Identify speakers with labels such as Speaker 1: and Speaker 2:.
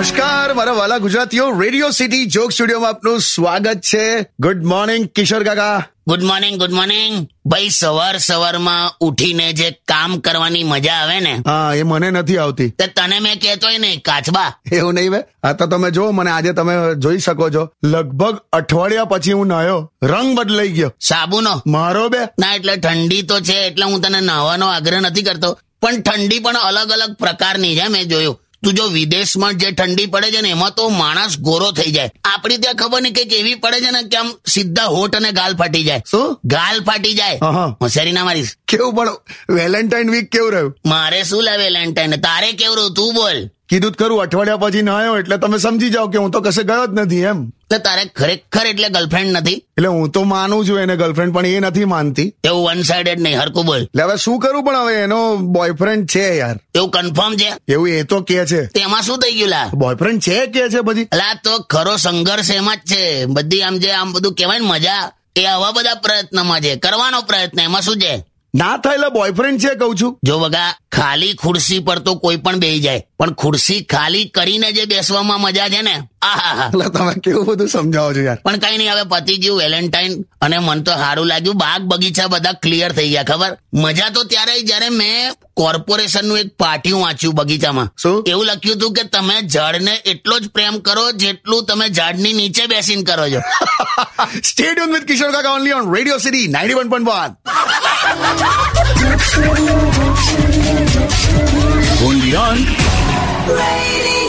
Speaker 1: મારા વાલા ગુજરાતીઓ રેડિયો સિટી જોક સ્ટુડિયોમાં આપનું સ્વાગત છે ગુડ મોર્નિંગ કિશોર કાકા
Speaker 2: ગુડ મોર્નિંગ ગુડ મોર્નિંગ ભાઈ સવાર સવારમાં ઉઠીને જે કામ કરવાની મજા આવે ને
Speaker 1: હા એ મને નથી આવતી
Speaker 2: તે તને મેં કહેતોય નહીં કાચબા
Speaker 1: એવું નહીં બે આ તો તમે જો મને આજે તમે જોઈ શકો છો લગભગ અઠવાડિયા પછી હું નાયો રંગ બદલાઈ ગયો
Speaker 2: સાબુનો
Speaker 1: મારો બે
Speaker 2: ના એટલે ઠંડી તો છે એટલે હું તને નાહવાનો આગ્રહ નથી કરતો પણ ઠંડી પણ અલગ અલગ પ્રકારની છે મેં જોયું તું જો વિદેશમાં જે ઠંડી પડે છે ને એમાં તો માણસ ગોરો થઈ જાય આપણી ત્યાં ખબર નહીં કંઈક એવી પડે છે ને કે આમ સીધા હોઠ અને ગાલ ફાટી જાય
Speaker 1: શું
Speaker 2: ગાલ ફાટી જાય
Speaker 1: હા હા
Speaker 2: હોશિયારી ના મારીશ
Speaker 1: કેવું પણ વેલેન્ટાઇન વીક કેવું રહ્યું
Speaker 2: મારે શું લે વેલેન્ટાઇન તારે કેવું રહ્યું તું બોલ
Speaker 1: કીધું તો ખરું અઠવાડિયા પછી નાયો એટલે તમે સમજી જાઓ કે હું તો કશે ગયો જ નથી એમ
Speaker 2: એટલે તારે ખરેખર એટલે ગર્લફ્રેન્ડ નથી
Speaker 1: એટલે હું તો માનું છું એને ગર્લફ્રેન્ડ પણ એ નથી માનતી
Speaker 2: એવું વન સાઇડેડ નહીં હરકું બોલ
Speaker 1: એટલે હવે શું કરું પણ હવે એનો બોયફ્રેન્ડ છે યાર
Speaker 2: એવું કન્ફર્મ છે
Speaker 1: એવું એ તો કે છે
Speaker 2: તેમાં શું થઈ ગયું લા
Speaker 1: બોયફ્રેન્ડ છે કે છે પછી
Speaker 2: અલા આ તો ખરો સંઘર્ષ એમાં જ છે બધી આમ જે આમ બધું કહેવાય ને મજા એ આવા બધા પ્રયત્નમાં છે કરવાનો પ્રયત્ન એમાં શું છે
Speaker 1: ના થાય એટલે બોયફ્રેન્ડ છે કહું છું
Speaker 2: જો વગા ખાલી ખુરશી પર તો કોઈ પણ બેહી જાય પણ ખુરશી ખાલી કરીને જે બેસવામાં મજા છે ને આહાહા.
Speaker 1: એટલે તમે કેવું બધું સમજાવો છો યાર
Speaker 2: પણ કઈ નહીં હવે પતી ગયું વેલેન્ટાઇન અને મન તો સારું લાગ્યું બાગ બગીચા બધા ક્લિયર થઈ ગયા ખબર મજા તો ત્યારે જયારે મેં કોર્પોરેશનનું એક પાટિયું વાંચ્યું બગીચામાં
Speaker 1: શું
Speaker 2: એવું લખ્યું હતું કે તમે ઝાડને એટલો જ પ્રેમ કરો જેટલું તમે ઝાડની નીચે બેસીને કરો છો
Speaker 1: સ્ટેડિયમ વિથ કિશોર કાકા only on radio city ninety one point one
Speaker 3: Radio